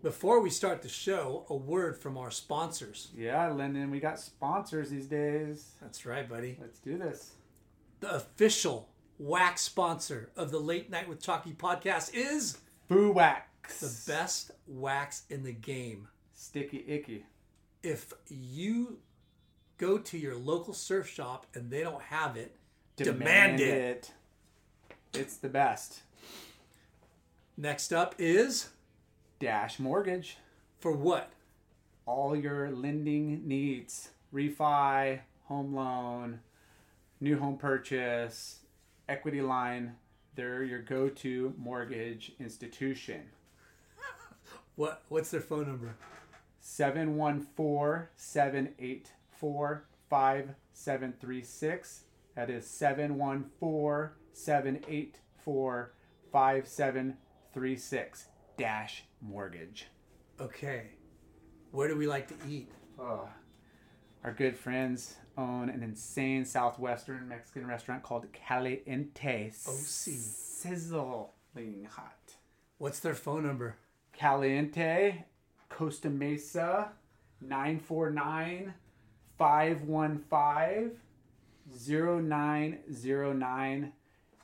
Before we start the show, a word from our sponsors. Yeah, Lyndon, we got sponsors these days. That's right, buddy. Let's do this. The official wax sponsor of the Late Night with Chalky podcast is Boo Wax. the best wax in the game. Sticky Icky. If you go to your local surf shop and they don't have it, demand, it. it. It's the best. Next up is Dash Mortgage. for what? all your lending needs refi, home loan, new home purchase, equity line. They're your go to mortgage institution. What what's their phone number? 714 784 5736. That is 714 784 5736 dash mortgage. Okay. Where do we like to eat? Oh, our good friends own an insane southwestern Mexican restaurant called Caliente. see. Sizzling hot. What's their phone number? Caliente, Costa Mesa, 949 515 0909.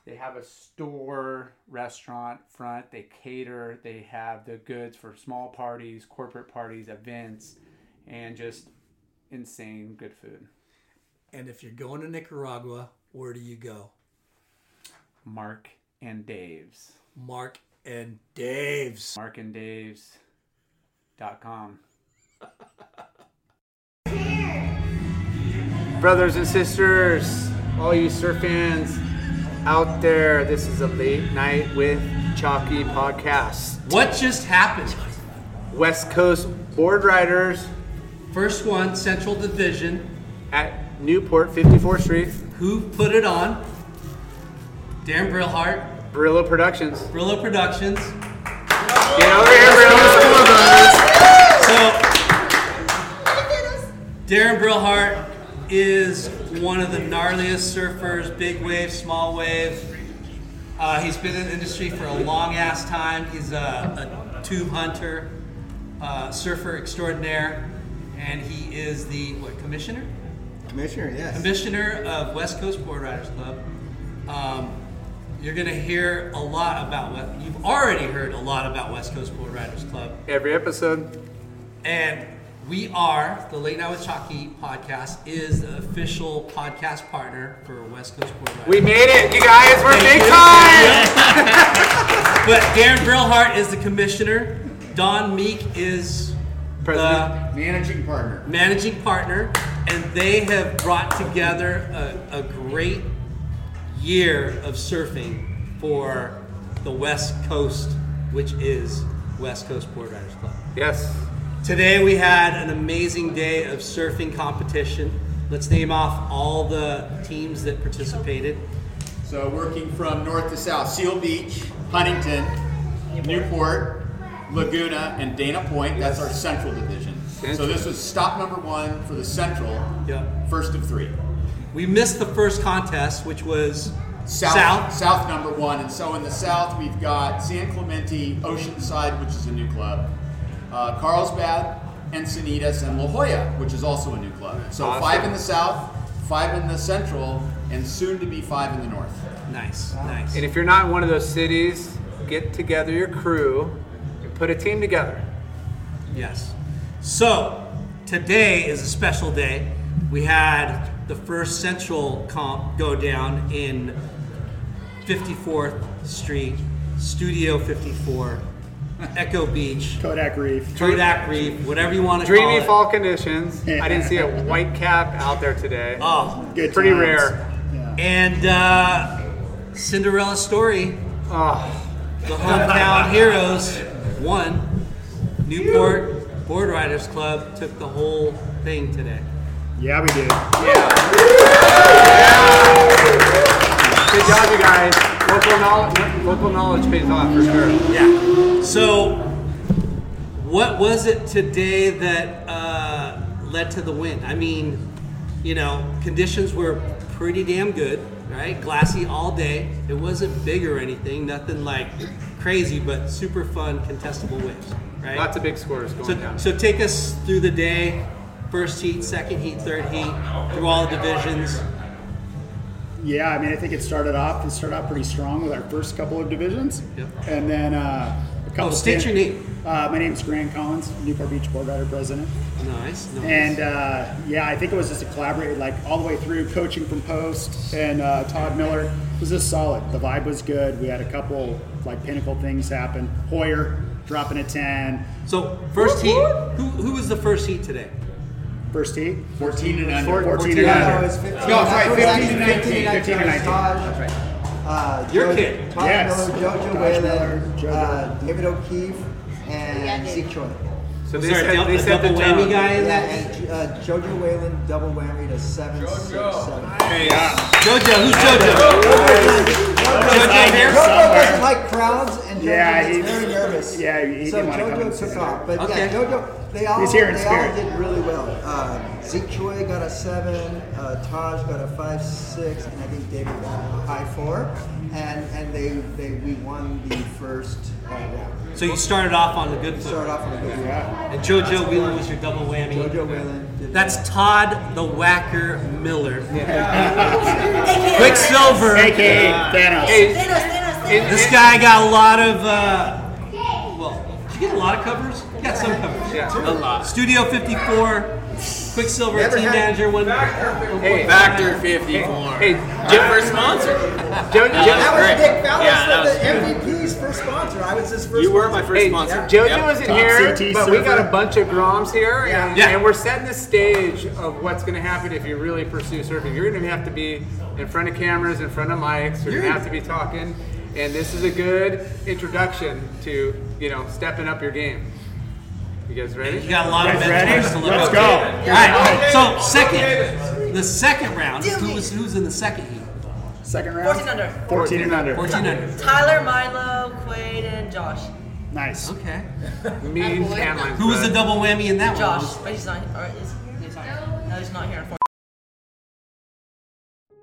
They have a store, restaurant, front. They cater. They have the goods for small parties, corporate parties, events, and just insane good food. And if you're going to Nicaragua, where do you go? Mark and Dave's. Mark and Dave's. markanddaves.com. Brothers and sisters, all you surf fans out there, this is a late night with Chalky podcast. What just happened? West Coast board riders First one, Central Division. at Newport 54th Street, Who put it on? Dan Brillhart, Brillo Productions. Brillo Productions. Get over here, Brillo. So, Darren Brillhart is one of the gnarliest surfers, big wave, small wave. Uh, he's been in the industry for a long ass time. He's a, a tube hunter, uh, surfer extraordinaire, and he is the what commissioner? Commissioner, yes. Commissioner of West Coast Board Riders Club. Um, you're going to hear a lot about what you've already heard a lot about West Coast Board Riders Club. Every episode, And we are the Late Night with Chalky podcast is the official podcast partner for West Coast Board Riders. we made it, you guys. We're big time. but Darren Brillhart is the commissioner. Don Meek is President. Managing partner. the managing partner, and they have brought together a, a great year of surfing for the West Coast, which is West Coast Board Riders Club. Yes. Today we had an amazing day of surfing competition. Let's name off all the teams that participated. So working from north to south, Seal Beach, Huntington, Newport, Laguna, and Dana Point. That's our central division. So this was stop number one for the central, Yep. first of three. We missed the first contest, which was South, South. south number one. And so in the south, we've got San Clemente, Oceanside, which is a new club, uh, Carlsbad, Encinitas, and La Jolla, which is also a new club. So five in the south, five in the central, and soon to be five in the north. Nice, nice. And if you're not in one of those cities, get together your crew and put a team together. Yes. So today is a special day. We had the first central comp go down in 54th Street, Studio 54, Echo Beach, Kodak Reef. Kodak Reef, whatever you want to call Dreamy it. fall conditions. I didn't see a white cap out there today. Oh, Good Pretty times. rare. And uh, Cinderella Story, Oh, the hometown heroes won. Newport Board Riders Club took the whole thing today. Yeah, we did. Good job, you guys. Local knowledge, local knowledge pays off for sure. Yeah. So, what was it today that uh, led to the win? I mean, you know, conditions were pretty damn good, right? Glassy all day. It wasn't big or anything, nothing like crazy, but super fun, contestable waves, right? Lots of big scores going So, down. so take us through the day, first heat, second heat, third heat, through all the divisions. Yeah, I mean, I think it started off. It started out pretty strong with our first couple of divisions, Yep. and then uh, a couple. Oh, state your name. Uh, my name's Grant Collins, Newport Beach Board Rider President. Nice, nice. And uh, yeah, I think it was just a collaborative, like all the way through coaching from post and uh, Todd Miller it was just solid. The vibe was good. We had a couple like pinnacle things happen. Hoyer dropping a 10, so first heat. Who, who was the first heat today? first tee, 14 and 14, under. and No, under. it's 15. No, it's right, 15 and 19. 15 and 19. Uh, Your Joe- kid. Todd Yes. Miller, Jojo Todd Miller, Whalen, Jojo. uh, David O'Keefe, Yeah, and dude. Zeke Choi. So Was they there a set, dou- they a set the double whammy tone. guy in Yeah, that? and uh, Jojo Whalen double whammy to seven six seven. Jojo, who's Jojo? Jojo here? Jojo doesn't like crowds, and Jojo Yeah, gets he- very nervous. yeah, he didn't so wanna come and Jojo sit took there. off, but Okay. yeah, Jojo. They all He's here in they spirit. all did really well. Uh, Zeke Choi got a seven, uh, Taj got a five six, and I think David got a high four, and and they they we won the first uh, round. So you started off on the good Start foot. off with a good Yeah. And Jojo Wheeler was your double whammy. Jojo Whalen. Did That's Todd the Whacker Miller. Quicksilver. AKA Thanos. This guy got a lot of, uh, well, did you get a lot of covers? You got some covers. Yeah, a lot. Studio 54, Quicksilver, Never team had- manager, one. Hey, Factor 54. hey, Different sponsor. Joe, That Joe, was was great. Nick Fallis Yeah, that with the MVP's first sponsor. I was his first. You were my first hey, sponsor. Jojo Yep. isn't Top here, CT but we got server. a bunch of Groms here, and, Yeah. and we're setting the stage of what's going to happen if you really pursue surfing. You're going to have to be in front of cameras, in front of mics. You're going to have to be talking, and this is a good introduction to you know stepping up your game. You guys ready? You got a lot of Guys ready? mentors to look Let's up go. to. All right, so second, the second round, who was, who was in the second heat? Second round. 14 under. 14 and under. 1400. Tyler, Milo, Quade, and Josh. Nice. Okay. Me and Tamlin. Who was the double whammy in that Josh, one? but he's not. Or is, he's not here. No, he's not here.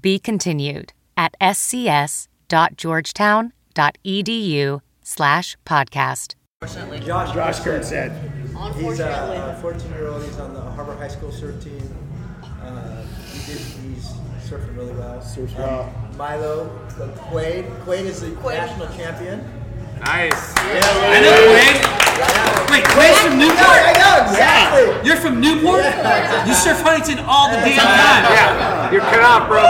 Be continued at E scs.georgetown.edu/slash podcast. Fortunately, Josh, Josh Kern said, He's a 14 year old. He's on the Harbor High School surf team. Uh, he did, he's surfing really well. Surfs well. Milo but Quaid. Quaid is the national champion. Nice. I know, Quade. Wait, Quade's from I Newport? know exactly. You're from Newport? You surf Huntington all the damn time. Yeah, you're cut off, bro.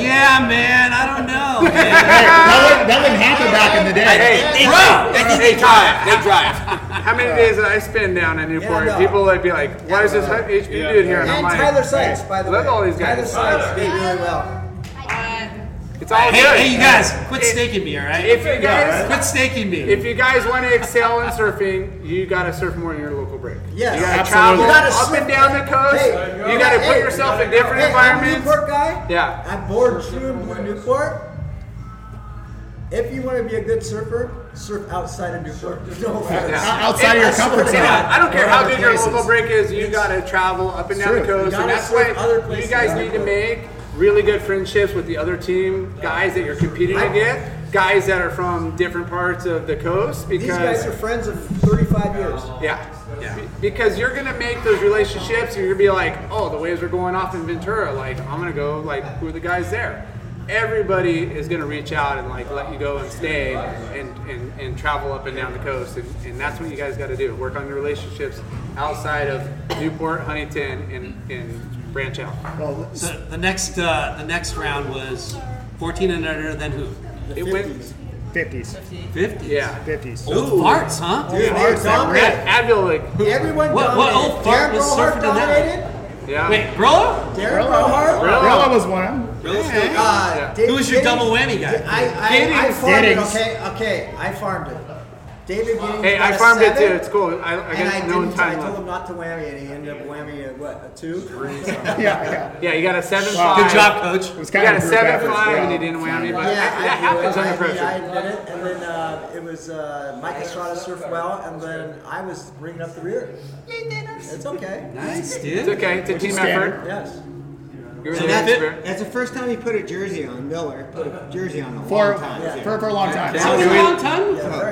Yeah, man, I don't know, man. hey, that wouldn't, that wouldn't happen back in the day. Hey, Bro! hey, Todd. They drive. How many days did I spend down in Newport? Yeah, no. People would be like, "Why is this HP dude here?" And, I'm And like, Tyler Sykes, by the way. Look at all these Tyler guys. Sykes did really well. It's all Hey, good. hey, you guys, quit staking me, all right? If you guys, Quit staking me. if you guys want to excel in surfing, you got to surf more in your local break. Yes. you got to Absolutely. travel You gotta up surf- and down the coast. Hey, you got to put hey, yourself in different hey, I'm a environments. Newport guy. Yeah. I board true blue Newport. If you want to be a good surfer, surf outside of Newport. No Yeah. offense. And I swear to God, I don't care how good your local break is, you gotta travel up and It's down the true. You coast. And gotta that's swing why other you places guys around need the to make really good friendships with the other team guys that you're competing against, guys that are from different parts of the coast because These guys are friends of 35 years. yeah. Be- Because you're gonna make those relationships, and you're gonna be like, oh, the waves are going off in Ventura. Like, I'm gonna go. Like, who are the guys there? Everybody is gonna reach out and like let you go and stay and and, and travel up and down the coast, and, and that's what you guys got to do. Work on your relationships outside of Newport, Huntington, and and branch out. So the next uh, the next round was 14 and under. Then who? It went 50s. 50s. Yeah. 50s. Old farts, huh? Dude, Old they were farts that dominated. red. Advil, like everyone What, what old fart was surfing in that? Yeah. Wait, Brillo? Darren Brohart? Gorilla was one of them. Brillo's still going. Uh, Dave- Who was your Giddings- double whammy guy? I, I, I Giddings. farmed it, Giddings. okay? Okay, I farmed it. David Giddings Hey, got I a farmed it seven, too. It's cool. I, I and got I no didn't, time I told left. him not to whammy, and he ended up whammying a, what, a two? Yeah, you got a seven Wow. five. Good job, coach. It You was kind got a of a group seven effort as five, well. and you didn't whammy, but Yeah, that I happens do. under I, pressure. I admit it. And then uh, it was uh, Mike Estrada surfed well, and then I was bringing up the rear. It's okay. Nice, dude. It's okay. It's a team effort. Yes. You're So the that's, expert. that's the first time he put a jersey on. Miller put a jersey on a For, long time. too. for, for a long time. That was a long time.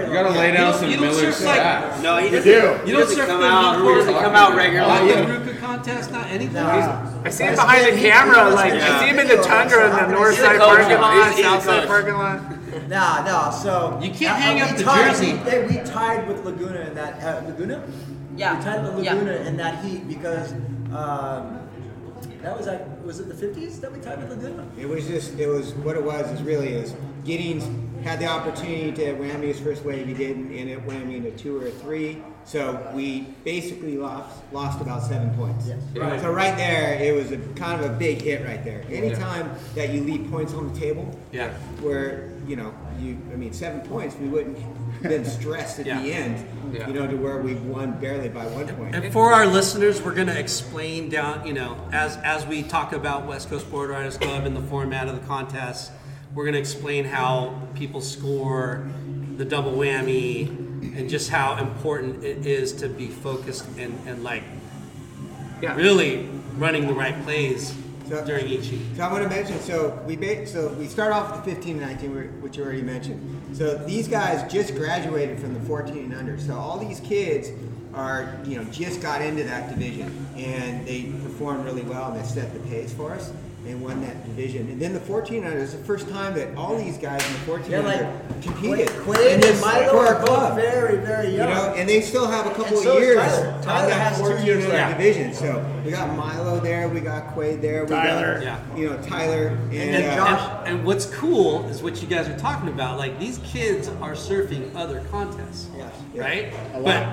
You gotta lay down some you don't Miller surf like- sacks. No, he We doesn't. do. You don't doesn't surf the come out- Newport. doesn't come out regularly. Not the Ruka contest, not anything. I see him behind the camera. Like I see him in the tundra in the north side parking lot, He's- he's south a side coach. parking lot. No, no. So uh, You can't hang we up the tied- jersey. They, we tied with Laguna in that uh, Laguna. Yeah. We tied with Yeah. Laguna in that heat because um, that was like was it the fifties that we tied with Laguna? It was just, it was what it was. Is really is Giddings had the opportunity to whammy his first wave, he didn't, and it whammied a two or a three. So we basically lost lost about seven points. Yeah. So right there, it was a kind of a big hit right there. Anytime that you leave points on the table, Yeah. where you know you, I mean, seven points, we wouldn't have been stressed at the Yeah. end, Yeah. you know, to where we won barely by one point. And for our listeners, we're going to explain down, you know, as as we talk about West Coast Board Riders Club and the format of the contest, we're going to explain how people score the double whammy and just how important it is to be focused and, and like Yeah. really running the right plays So- during each heat. So I want to mention. So we ba- so we start off with the 15 and 19, whi- which you already mentioned. So these guys just graduated from the 14 and under. So all these kids are you know just got into that division and they performed really well and they set the pace for us. They won that division, and then the 14 under is the first time that all these guys in the 14 Yeah, like under competed in Quaid this and Milo for our are both club. very very You young. know, and they still have a couple And so of is years. Tyler. on Tyler that has two 14 years in our left. division. So we got Milo there, we got Quaid there, we Tyler. got Yeah. you know Tyler, and, And, uh, and, and what's cool is what you guys are talking about. Like these kids are surfing other contests, yeah. right? A lot. But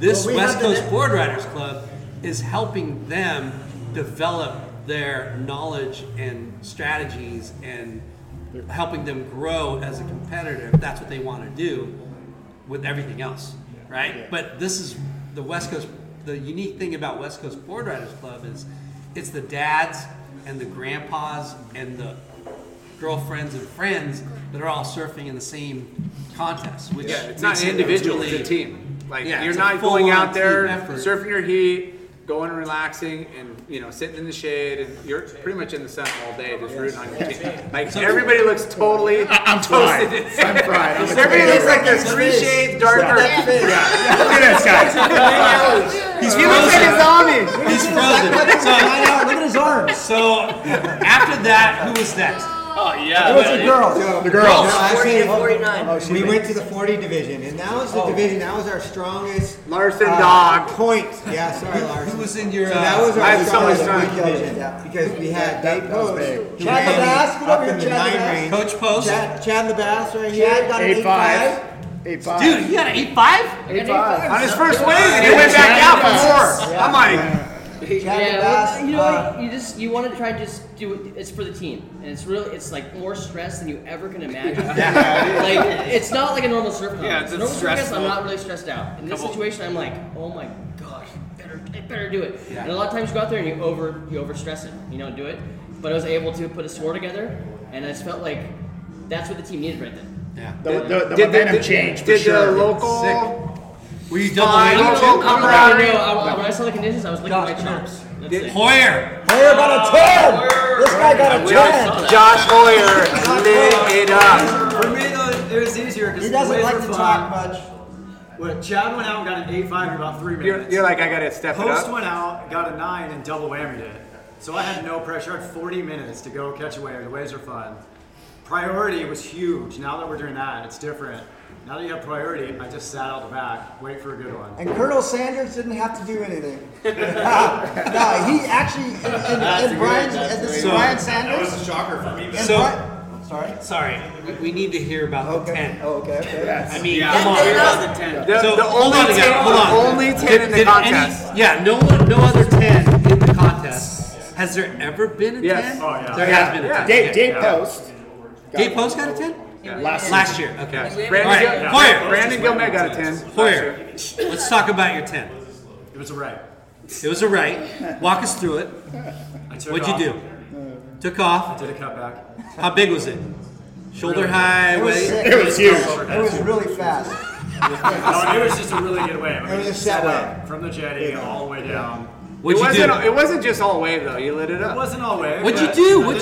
this Well, we West have the Coast net- Board Riders Club is helping them develop their knowledge and strategies and helping them grow as a competitor. If that's what they want to do with everything else, right? But this is the West Coast. The unique thing about West Coast Board Riders Club is it's the dads and the grandpas and the girlfriends and friends that are all surfing in the same contest. Which Yeah, it's makes not it individual. It's really- a team. Like Yeah, you're it's a not going full-on out there team effort. surfing your heat, going and relaxing, and you know sitting in the shade, and you're pretty much in the sun all day, just rooting on your team. Like everybody looks totally. I'm fried. I'm fried. I'm a Everybody looks potato. like there's three shades darker. Look at this guy. He's He looks like a zombie. He's frozen. So, look at his arms. So after that, who was next? Oh yeah. What's the girl? So, The girls. No, 40 actually, to 49. Oh, she we made- went to the 40 division, and that was the division. That was our strongest Larson uh, Dog. point. Yeah, sorry, Larson. Who was in your? So uh, that was I our had so much strongest time. weak division because we had That- Dave that was Post, big. who Chad ran Labasse, what up about in the your Chad Labasse? nine range. Coach Post. Chad, Chad Labasse right here. Chad got an Eight five. 8.5. Eight five. Dude, he got an eight five. Eight five. On his first wave, and he went back out for more. I'm like, Chad Yeah, Labasse, well, you know uh, what? You just you want to try to just do it. It's for the team, and it's really it's like more stress than you ever can imagine. like it's not like a normal surf contest. Yeah, it's normal surf contest, stressful. I'm not really stressed out. In this Couple- situation, I'm like, oh my gosh, I better I better do it. And a lot of times you go out there and you over you over stress it. You know, do it. But I was able to put a score together, and I just felt like that's what the team needed right then. Yeah. The, the, the momentum changed for did sure. the local we I'm, local I'm, I'm proud. camaraderie- No, I, when I saw the conditions, I was licking my chops. That's it. Hoyer. Hoyer got a 10. This guy got a 10. Josh Hoyer lit it up. For me though, it was easier because He doesn't like to talk much. When Chad went out and got an eight five in about three You're, minutes. you're like, I gotta step it Post up. went out, got a nine, and double whammied it. So I had no pressure. I had 40 minutes to go catch a wave. The waves are fun. Priority was huge. Now that we're doing that, it's different. Now that you have priority, I just sat out the back, wait for a good one. And Colonel Sanders didn't have to do anything. no, he actually, and, and, and Brian, and this is Brian Sanders. And So, Brian- sorry. Sorry. We, we need to hear about the ten. Oh, okay. I mean, Yeah. come on. Hear about the 10. The- So the hold only on, again, 10 hold on. the only 10 in the did any- contest. yeah. No one. No other ten in the contest. Has there ever been a ten? Oh, There Yeah. has been a Yeah. ten. Dave, Dave Yeah. Post. Dave Post got a ten. Last last season. year. Okay. Yeah. All right. Brandon Gil- Hoyer. Brandon Gilmet got a 10. Hoyer. Let's talk about your ten. It was a right. It was a right. Walk us through it. I took What'd you off. do? Took off. I did a cutback. How big was it? Shoulder Really? high. It was weight? sick. It was huge. It was really fast. no, it was just a really good wave. I mean, It was a just set set wave. up From the jetty all the way down. it wasn't, It wasn't just all wave though. You lit it up. It wasn't all wave. but I did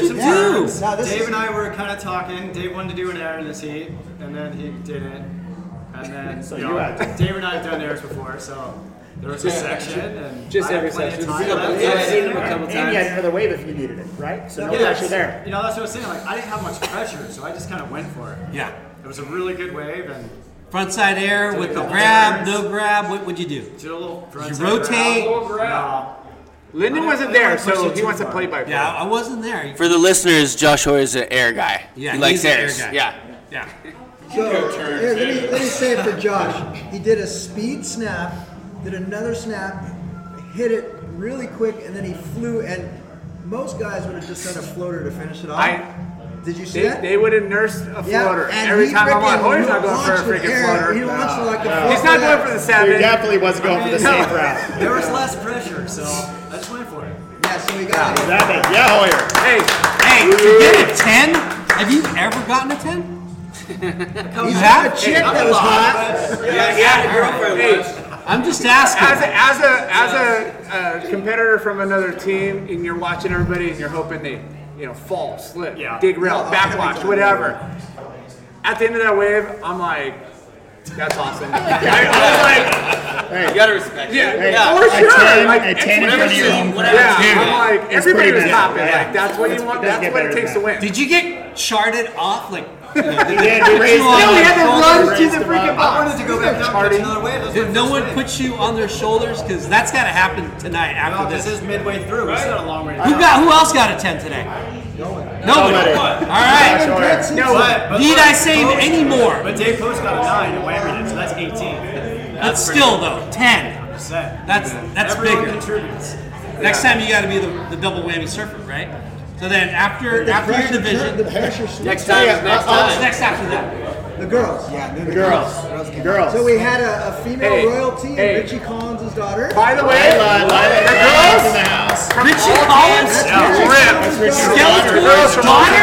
some turns. Dave and I were kind of talking. Dave wanted to do an air in this heat, and then he didn't. And then So you you know, had- Dave and I have done airs before, so there was a Just- section and just I had every plenty of section. time Yeah, left. yeah, I've seen him a couple And you had another wave if you needed it, right? So no Yeah, pressure there. You know, that's what I was saying. Like I didn't have much pressure, so I just kind of went for it. Yeah. It was a really good wave and Frontside air Took with a the couple grab, turns. no grab. What would you do? did a little Did front you rotate? Linden wasn't there, so he wants to play by play. Yeah, I wasn't there. For the listeners, Josh Hoyer is an air guy. Yeah, he likes he's an air airs. guy. Yeah. Yeah. So, here, let, me, let me say it for Josh. He did a speed snap, did another snap, hit it really quick, and then he flew. And most guys would have just done a floater to finish it off. I- did you see They, that? they would have nursed a Yeah, floater and every he time I'm on. freaking Hoyer's not going for a launched with freaking air. floater. He launched like a He's not floater. going for the seven. He definitely was going for the safe route. There was less pressure, so I just went for it. Yeah, so we got it. Yeah, Hoyer. Hey, hey, you get a ten? Have you ever gotten a ten? you have a chick that was hot. Yeah, yeah, your girlfriend was. I'm just asking. As a as a, as a uh, competitor from another team, and you're watching everybody, and you're hoping they, you know, fall, slip, dig rail, backwash, whatever. At the end of that wave, I'm like, that's awesome. I, I'm like, you gotta respect. Yeah, Hey, yeah, a for sure. 10 like, a 10 in front of your own crowd. Yeah, Dude, I'm like, it's everybody pretty bad. was hopping. Yeah. Like, that's what you want. doesn't That's get what it better takes to than win. Did you get charted off? Like, you know, did did. they We put raised you on them. Yeah, we had to shoulder? run to the freaking box. I wanted to go back down and catch another wave. That was Did no one put you on their shoulders? Because that's got to happen tonight after No, this is midway through. We still got a long way to Who go. got? Who else got a ten today? Nobody. Nobody. All right. No, but- but Need look, I say Post- any more? But Dave Post got a nine and whammed it, so that's 18. That's still though ten. That's pretty good. That's that's Everyone bigger. contributes. Next Yeah. time you got to be the, the double whammy surfer, right? So then after The after your pressure- division, the pressure slips. next time, Yeah, next uh, uh, time, next after that. The girls. Yeah, The girls. The girls. So we had a, a female Hey, royalty, hey. Richie Collins' daughter. By the way, Lila, Lila, the girls in the house. From Richie all Collins? camps, Yeah, Richie rip. That's Collins' Richie daughter. Skeletor's daughter?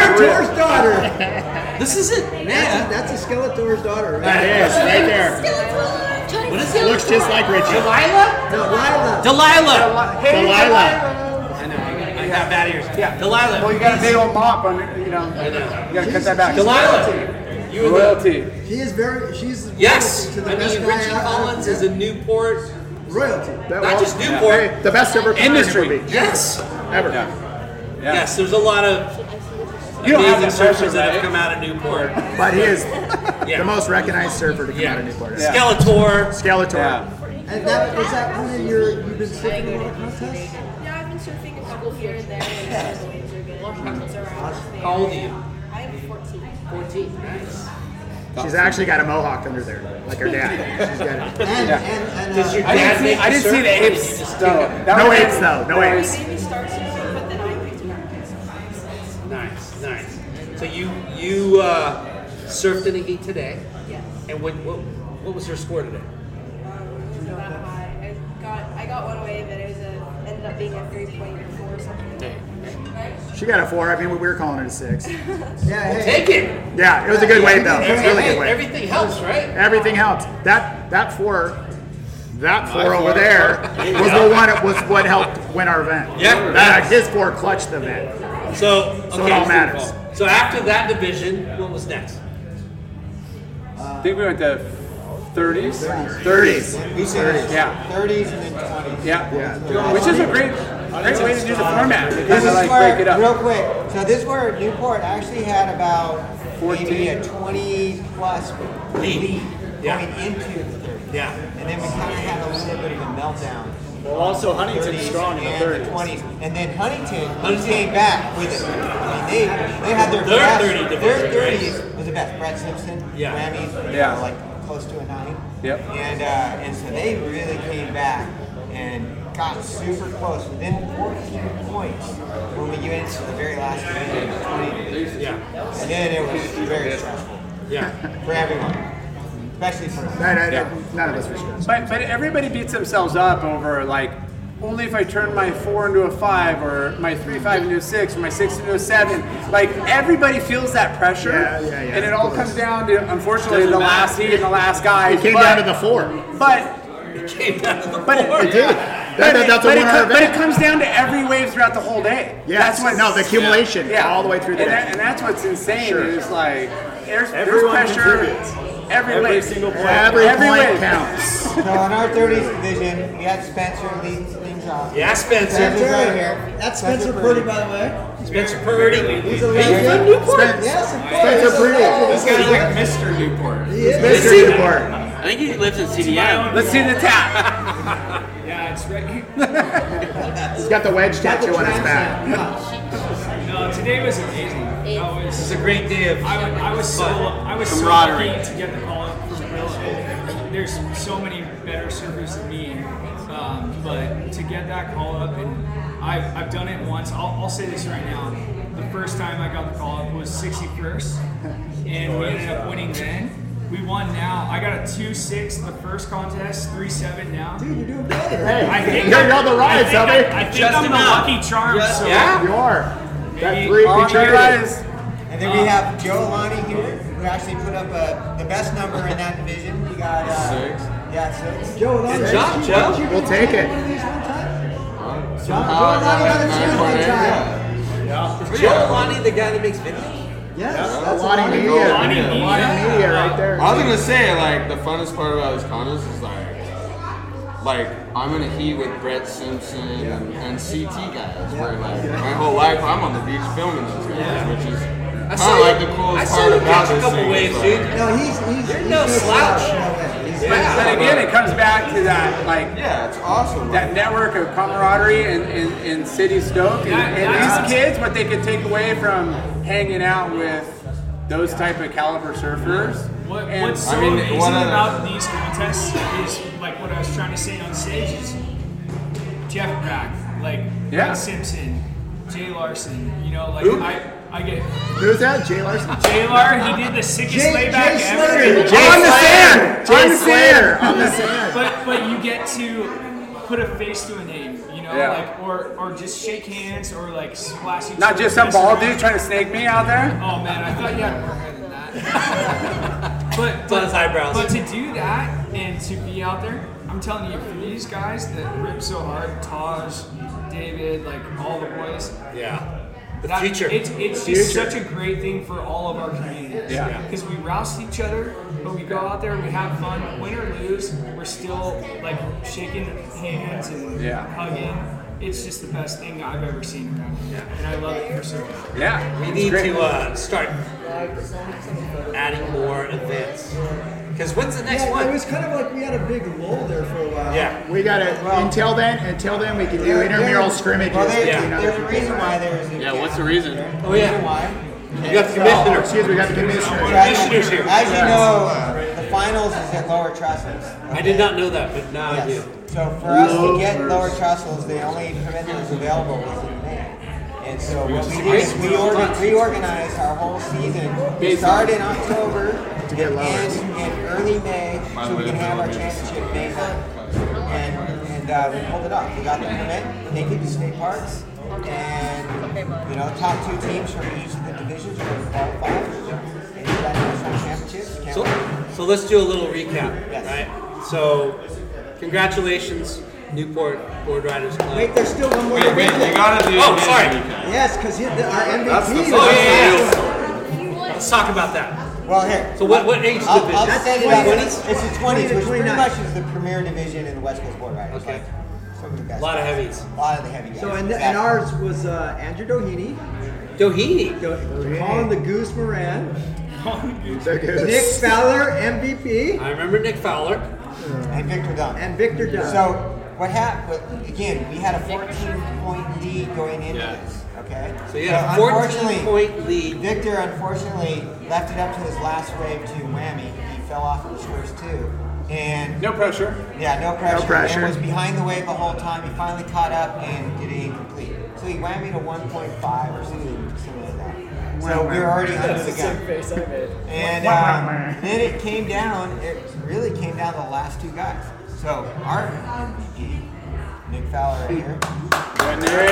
Skeletor's daughter. This is it, man. That's a, that's a Skeletor's daughter. Right That is, right there. What is it? Looks just like Richie. Delilah? Delilah. Delilah. Hey, Delilah. I know. I got, I got bad ears. Yeah. Delilah. Well, you got a big old mop on it, you know. You got to cut that back. She's Delilah. Royalty. She is very. She's Yes. royalty to the I mean, best Richie guy out- Collins yeah. is a Newport royalty. Not just Newport. The best ever time Industry. will be. Yes. Ever. Yes, there's a lot of You don't have amazing that pressure, surfers that have right? come out of Newport. But he is Yeah. the most recognized surfer to come Yeah. out of Newport. Yeah. Skeletor. Skeletor. And that is that one of your you've been sitting in a lot of contests? Yeah, I've been surfing a couple here and there. and the waves are good, and it's around How old are you? I'm 14. 14. She's actually got a mohawk under there, like her dad. She's got it. And, and, and, uh, I didn't see- I didn't see the apes, though. No apes, though. No apes. Maybe start surfing, but then I picked it up. Nice, nice. So you you uh, surfed in a heat today. Yes. And what, what what was your score today? It's not high. uh, I got I got one wave and it was a ended up being a 3.4 something. Right? She got a four. I mean, we were calling it a six. Yeah, hey. Take it. Yeah, it was a good weight though. It was a really Hey, good weight. Everything helps, right? Everything helps. That that four, that My four over four. there was Yeah. the one. that was what helped win our event. Yeah. that his four clutched the event. So, okay. So it all matters. So after that division, what was next? I think we went to 30s. 30s. We said 30s. Yeah. 30s and then 20s. Yeah. Which is a great, great way to do the format. You This kind is of like where, break it up. real quick. So this is where Newport actually had about 14. maybe a 20 plus lead going into the 30s. Yeah. And then we kind of had a little bit of a meltdown. Well, also Huntington's 30s strong in the and 30s. 20s. And then Huntington, Huntington- came back with it. I mean, they, they had their Their best. 30 their division, 30s was the best. Brad Simpson, Yeah. Grammys, you Yeah. know, like close to a nine. Yep. And uh, and so they really came back and got super close, within 14 points when we get into the very last game of the 20. Yeah. And then it was very stressful. Yeah. For everyone, especially for us. No, no, no, none of us were stressed. But, but everybody beats themselves up over like only if I turn my four into a five or my three five into a six or my six into a seven. Like everybody feels that pressure, Yeah, yeah, yeah, and it of all course. comes down to unfortunately Doesn't the matter. last seed and the last guy. It came but, down to the four. But It came down to the but It did. That- But, that- it, that's a but, it, one-hour co- but event. it comes down to every wave throughout the whole day. Yes. That's what No, the accumulation, all the way through the and day. that- and that's what's insane Sure. is like there's, there's Everyone pressure. contributes. Every, Every wave. single point. Every point wave. counts. So in our 30s division, we had Spencer lead things off. Yeah, Spencer. Spencer's right here. That's Spencer Purdy, by the way. Spencer Purdy. He's a legend. Spencer. Yes, of course. Spencer He's a Purdy. legend. This guy's like Mr. Newport. He is. Let's Mr. see- Newport. I think he lives in CDM. Let's see the tap. yeah, it's right here. He's got the wedge tattoo on his back. No, today was amazing. That was, It's a great day of I, was- I was so I was so camaraderie. lucky to get the call up from Bill. There's so many better servers than me, um, but to get that call up and I've, I've done it once. I'll, I'll say this right now: the first time I got the call up was 61st, and we ended up winning then. We won now. I got a two six in the first contest, three seven now. Dude, you're doing better. Hey, I think you're I'm- on the rise, I think, Ellie. I, I think Just I'm the about. lucky charm. Yeah. so Yeah. You are. That Maybe- three On the contributed. rise. And then we have Joe Alani here, who actually put up uh the best number in that division. He got uh, Six. Yeah, six. Joe Alani. Good job, did you- Joe. did you We'll do take it. one of these one time? John, Joe Uh, Alani got a yeah, Oh, chance yeah. one time. Yeah. Joe Alani, the guy that makes videos? Yes, that's Alani Alani. Media. Alani Alani Media. Media. Alani Media right I there. was gonna say like the funnest part about this contest is like, like I'm in a heat with Brett Simpson and, and CT guys. Where like my whole life I'm on the beach filming those guys, which is kind saw of you- like the coolest I saw part you about catch a this couple thing. waves, is, dude. like- No, he's he's, You're he's no slouch. No way. He's- But, but again, it comes back to that like yeah, it's awesome. That network of camaraderie in, in, in City Stoke, and, That- and that's- these kids, what they could take away from hanging out with those type of caliber surfers. What, and- what's so I mean, amazing what other- about these contests is like what I was trying to say on stage is Jeff Brack, like Yeah. Brad Simpson, Jay Larson. You know, like Who? I, I get Who's that? Jay Larson. Jay Lar. He did the sickest Jay- layback Jay ever. Slater. Jay On the Slater. sand. Jay On the Slater. sand. Oh. On the sand. But but you get to put a face to a name. You know, Yeah. like or or just shake hands or like splash. each Not other just some face around. bald dude trying to snake me out there. Oh man, I thought you had more hair than that. but Done but, his eyebrows. but to do that and to be out there, I'm telling you, for these guys that rip so hard, Taj, David, like all the boys. Yeah. The that- future. It's, it's The just future. such a great thing for all of our communities. Yeah. Yeah. Because we roust each other, but we go out there, we have fun. Win or lose, we're still like shaking hands and Yeah. hugging. It's just the best thing I've ever seen around here. And I love it for so much. Yeah, we it's need great. to uh, start adding more events. Because when's the next yeah, one? It was kind of like we had a big lull there for a while. We gotta until then. Until then, we can do There- intramural there- scrimmages. well, there- between there's other a reason why there's Yeah, what's the reason? Oh yeah. Why? You got the commissioner. Excuse me, we got the commissioner. Commissioner's here. As you know, uh, the finals is at Lower Trestles. I did not know that, but now I do. So For us to get Lower Trestles, the only event that was available was in May. And so what we did is we organ- reorganized our whole season. We started in October and ends in early May so we can have our championship May month. And, and uh, we pulled it off. We got the permit, they did the state parks, and we You know, top two teams from each of the divisions are going to qualify. And you got national championships. Can't So, so let's do a little recap, right? So, congratulations, Newport Board Riders Club. Wait, there's still one more. Wait, wait, division. you gotta do Oh, his sorry. recap. Yes, because our MVP. That's the is final. the Oh, yeah, last yeah. Let's talk about that. Well, here. So what? What age division? I'll, I'll set it up. It's Twenties. the 20s, which pretty much is the premier division in the West Coast Board Riders. Okay. some of the best. Lot of heavies. A lot of the heavy guys. So, So, and and, the- and ours was uh, Andrew Doheny. Doheny? Do- Colin the Goose Moran. Nick Goose. Fowler, MVP. I remember Nick Fowler. And Victor Dunn. And Victor Dunn. So, what happened, again, we had a 14 point lead going into this, okay? So you had a 14 point lead. Victor unfortunately left it up to his last wave to whammy. He fell off of his first two. And no pressure. Yeah, no pressure. pressure. And was behind the wave the whole time. He finally caught up and did it incomplete. So he whammied a 1.5 or something, something like that. So we were already under the gun. And um, then it came down. It really came down to the last two guys. So our MVP, Nick Fowler, right here.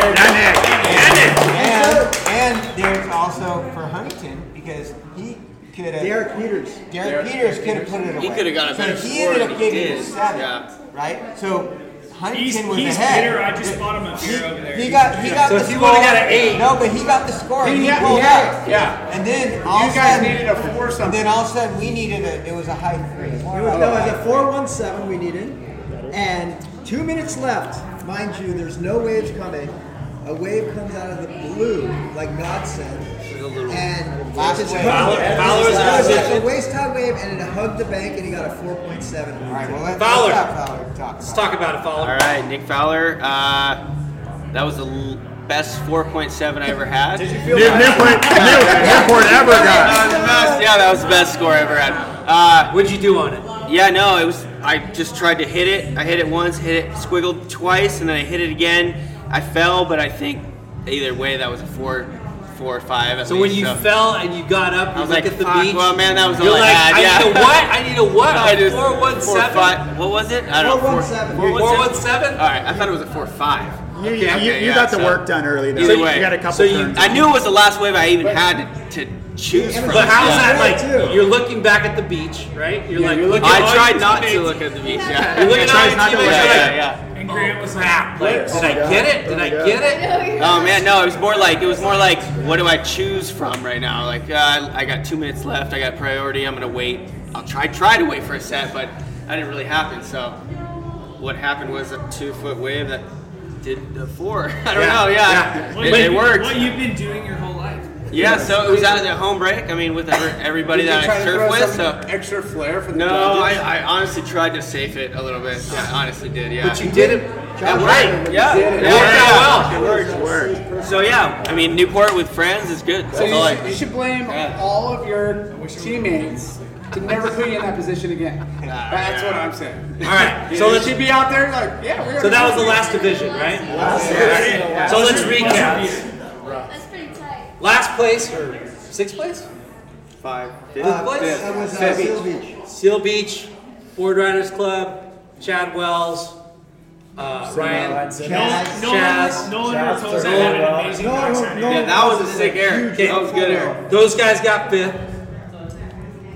And, and there's also for Huntington because he could have. Derek Peters. Derek, Derek Peters could have put it away. He could have got a better So he score ended than up he getting did. seven, Yeah. right? So Huntington He's- was he's ahead. bitter. I just bought him a beer He- over there. He got he Yeah. got So the if he score. would've got an eight- No, but he got the score. He He, had- pulled yeah, up. yeah. And then You all of a guys sudden, needed a four And something. then all of a sudden we needed a it was a high three. It It was, no, it was a 417 we needed. And two minutes left. Mind you, there's no waves coming. A wave comes out of the blue, like God said. And Last it's wave. hugged- Fowler- Fowler was in it was like position. a waist high wave, and it hugged the bank, and he got a 4.7. All right, well, Fowler. Let's talk about it, Fowler. All right, Nick Fowler. Uh, that was the l- best 4.7 I ever had. Did you feel Nip- that? Newport- Nip- Newport ever got. That was the best. Yeah, that was the best score I ever had. Uh, What'd you do on it? Yeah, no, it was. I just tried to hit it. I hit it once, hit it, squiggled twice, and then I hit it again. I fell, but I think either way, that was a four, four or five. At So least, when you fell and you got up, you I was look like, at the "Fuck, beach. well, man, that was You're all I like, had, yeah." need a what? I need a what? I just- four one four, seven. five- what was it? I don't know. Four- 417. four- Four one seven. All right, I thought it was a four five. You, you, you, you got the work done early. Though. Either way, you got a couple so you- turns. I knew it was the last wave I even had to, to choose from. But how's that like? You're looking back at the beach, right? You're Yeah, like, you're look looking- at I all tried your not to teammates. look at the beach, yeah. You're looking at I all tried your not to teammates. look, you're yeah, like, yeah, And Grant was like, "Crap, like, did I get it? Did I get it? Oh man, no. It was more like it was more like what do I choose from right now? Like uh, I got two minutes left. I got priority. I'm gonna wait. I'll try try to wait for a set, but that didn't really happen. So what happened was a two foot wave that did the four. I don't Yeah, know. Yeah, What It, you've it been- worked. What you've been doing your whole life. Yeah, so it was out of the home break. I mean, with every, everybody Did you that try I to surf throw with. some So extra flair for the no, I, judges? I honestly tried to safe it a little bit. Yeah, I honestly did. Yeah, But you did it. That worked. Yeah, You did it. it worked out It well. worked. It worked. So yeah, I mean, Newport with friends is good. So That's you all should, I- you should blame all of your teammates to never put you in that position again. That's what I'm saying. All right. So So let's let you be out there like, yeah, we're So that was the last division, right? Last Yeah. division. So let's Last recap. That's pretty tight. Last place or sixth place? Five. Fifth Uh, place? that was, uh, Fifth. Seal Beach. Seal Beach, Board Riders Club, Chad Wells, uh, Ryan, Chaz, Chaz. No- no one- Chaz, no one ever told Chaz, us that had an Nolan. amazing No, box no, out of here. Yeah, that was a sick air. Huge That was good air. box. Those guys got fifth.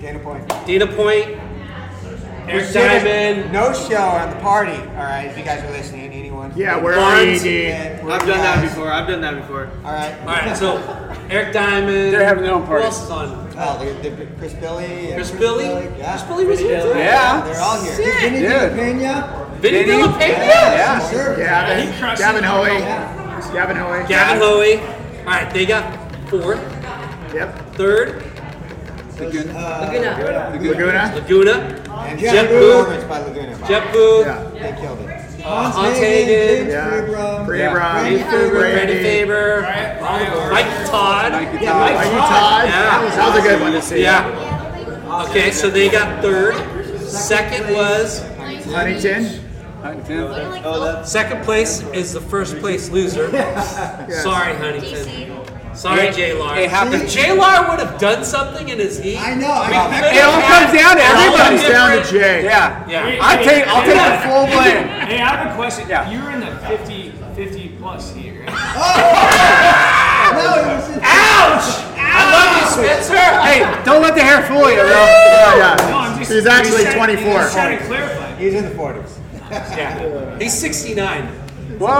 Dana Point. Data point. Eric Diamond. No show on the party. All right, if you guys are listening, anyone. Yeah, we're Barnes, on ED. and we're I've done that guys. before. I've done that before. All right. All right, so Eric Diamond. They're having their own party. Who else is on? Oh, they're, they're Chris Billy. and Chris Billy? yeah. Chris Billy was here too? They're all here. Sick. Vinny Dude. Pena. Vinny Vinny? Villapena? Yeah. Yeah. Sure. Gavin, Gavin Hoey. Gavin Hoey. Gavin Hoey. All right, they got fourth. Yep. Third. Laguna. Laguna. Laguna. And Jeff Jeff Boo. Boo. by Laguna. by the way. Jeff Boo. They killed it. Uh, Hans Hagen, Hagen. James Yeah. Freebrum. Freebrum. Randy Randy Faber. Freebrum. Randy Faber. Mike Todd. Yeah, Todd. Mike Mike Todd. Todd. Yeah. That was That was a good one to see. Yeah. Okay, so they got third. Second was Huntington. Second place is the first place loser. Sorry, Huntington. Sorry, It- J. Lar. it happened. J. Lar would have done something in his heat. I know. It all comes down to everybody's down to Jay. Hey, I hey, take I'll hey, take yeah. the full blame. Hey, I have a question. You were in the 50, 50 plus seat, right? No, fool you, bro. Yeah, yeah. He's actually 24. He's in the 40s. yeah. He's 69. What?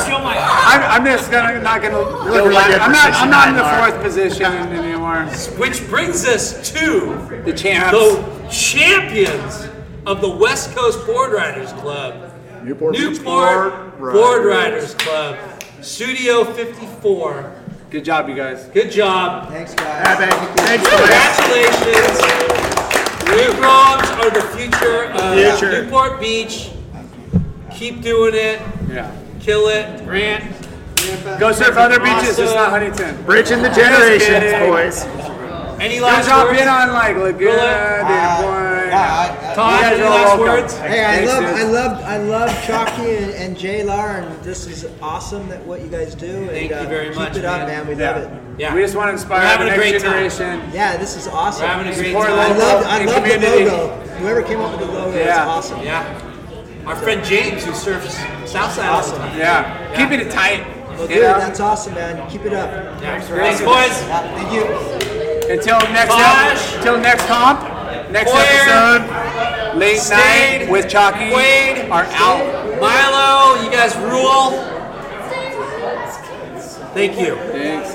Still my. I'm, I'm just gonna, not gonna. Really like it I'm not. I'm not in the Mark. fourth position anymore. Which brings us to The champs. the champions of the West Coast Board Riders Club, Newport, Newport Board Board Riders Riders. Club, Studio 54. Good job, you guys. Good job. Thanks, guys. Thanks, Congratulations. You Groms are the future of Future. Newport Beach. Keep doing it. Yeah. Kill it. Grant. Go surf other beaches. It's not Awesome. Huntington. Bridging the Just generations, kidding. boys. Any Good last job words? being on like Laguna, Uh, Point. Todd, You guys any are last welcome. words? Hey, I Thanks, love, dude. I love, I love Chalky and, and Jay Larn. This is awesome that what you guys do. And, Thank you uh, very keep much, it man. up, man. We love it. Yeah. We just want to inspire We're having the a next great time. generation. Yeah, this is awesome. We're having a great Support time. I local love, I and love the community. logo. Whoever came up with the logo, is Yeah. awesome. Yeah. Our friend James, who surfs Southside all the time. Yeah. Yeah. Keeping it tight. Well, You dude, know? that's awesome, man. Keep it up. Thanks, Thanks, guys. boys. Yeah, thank you. Until next Bosh. until next comp, next Hoyer. episode, late Stayed. night with Chalky Wade. are out. Milo, you guys rule. Thank you. Thanks.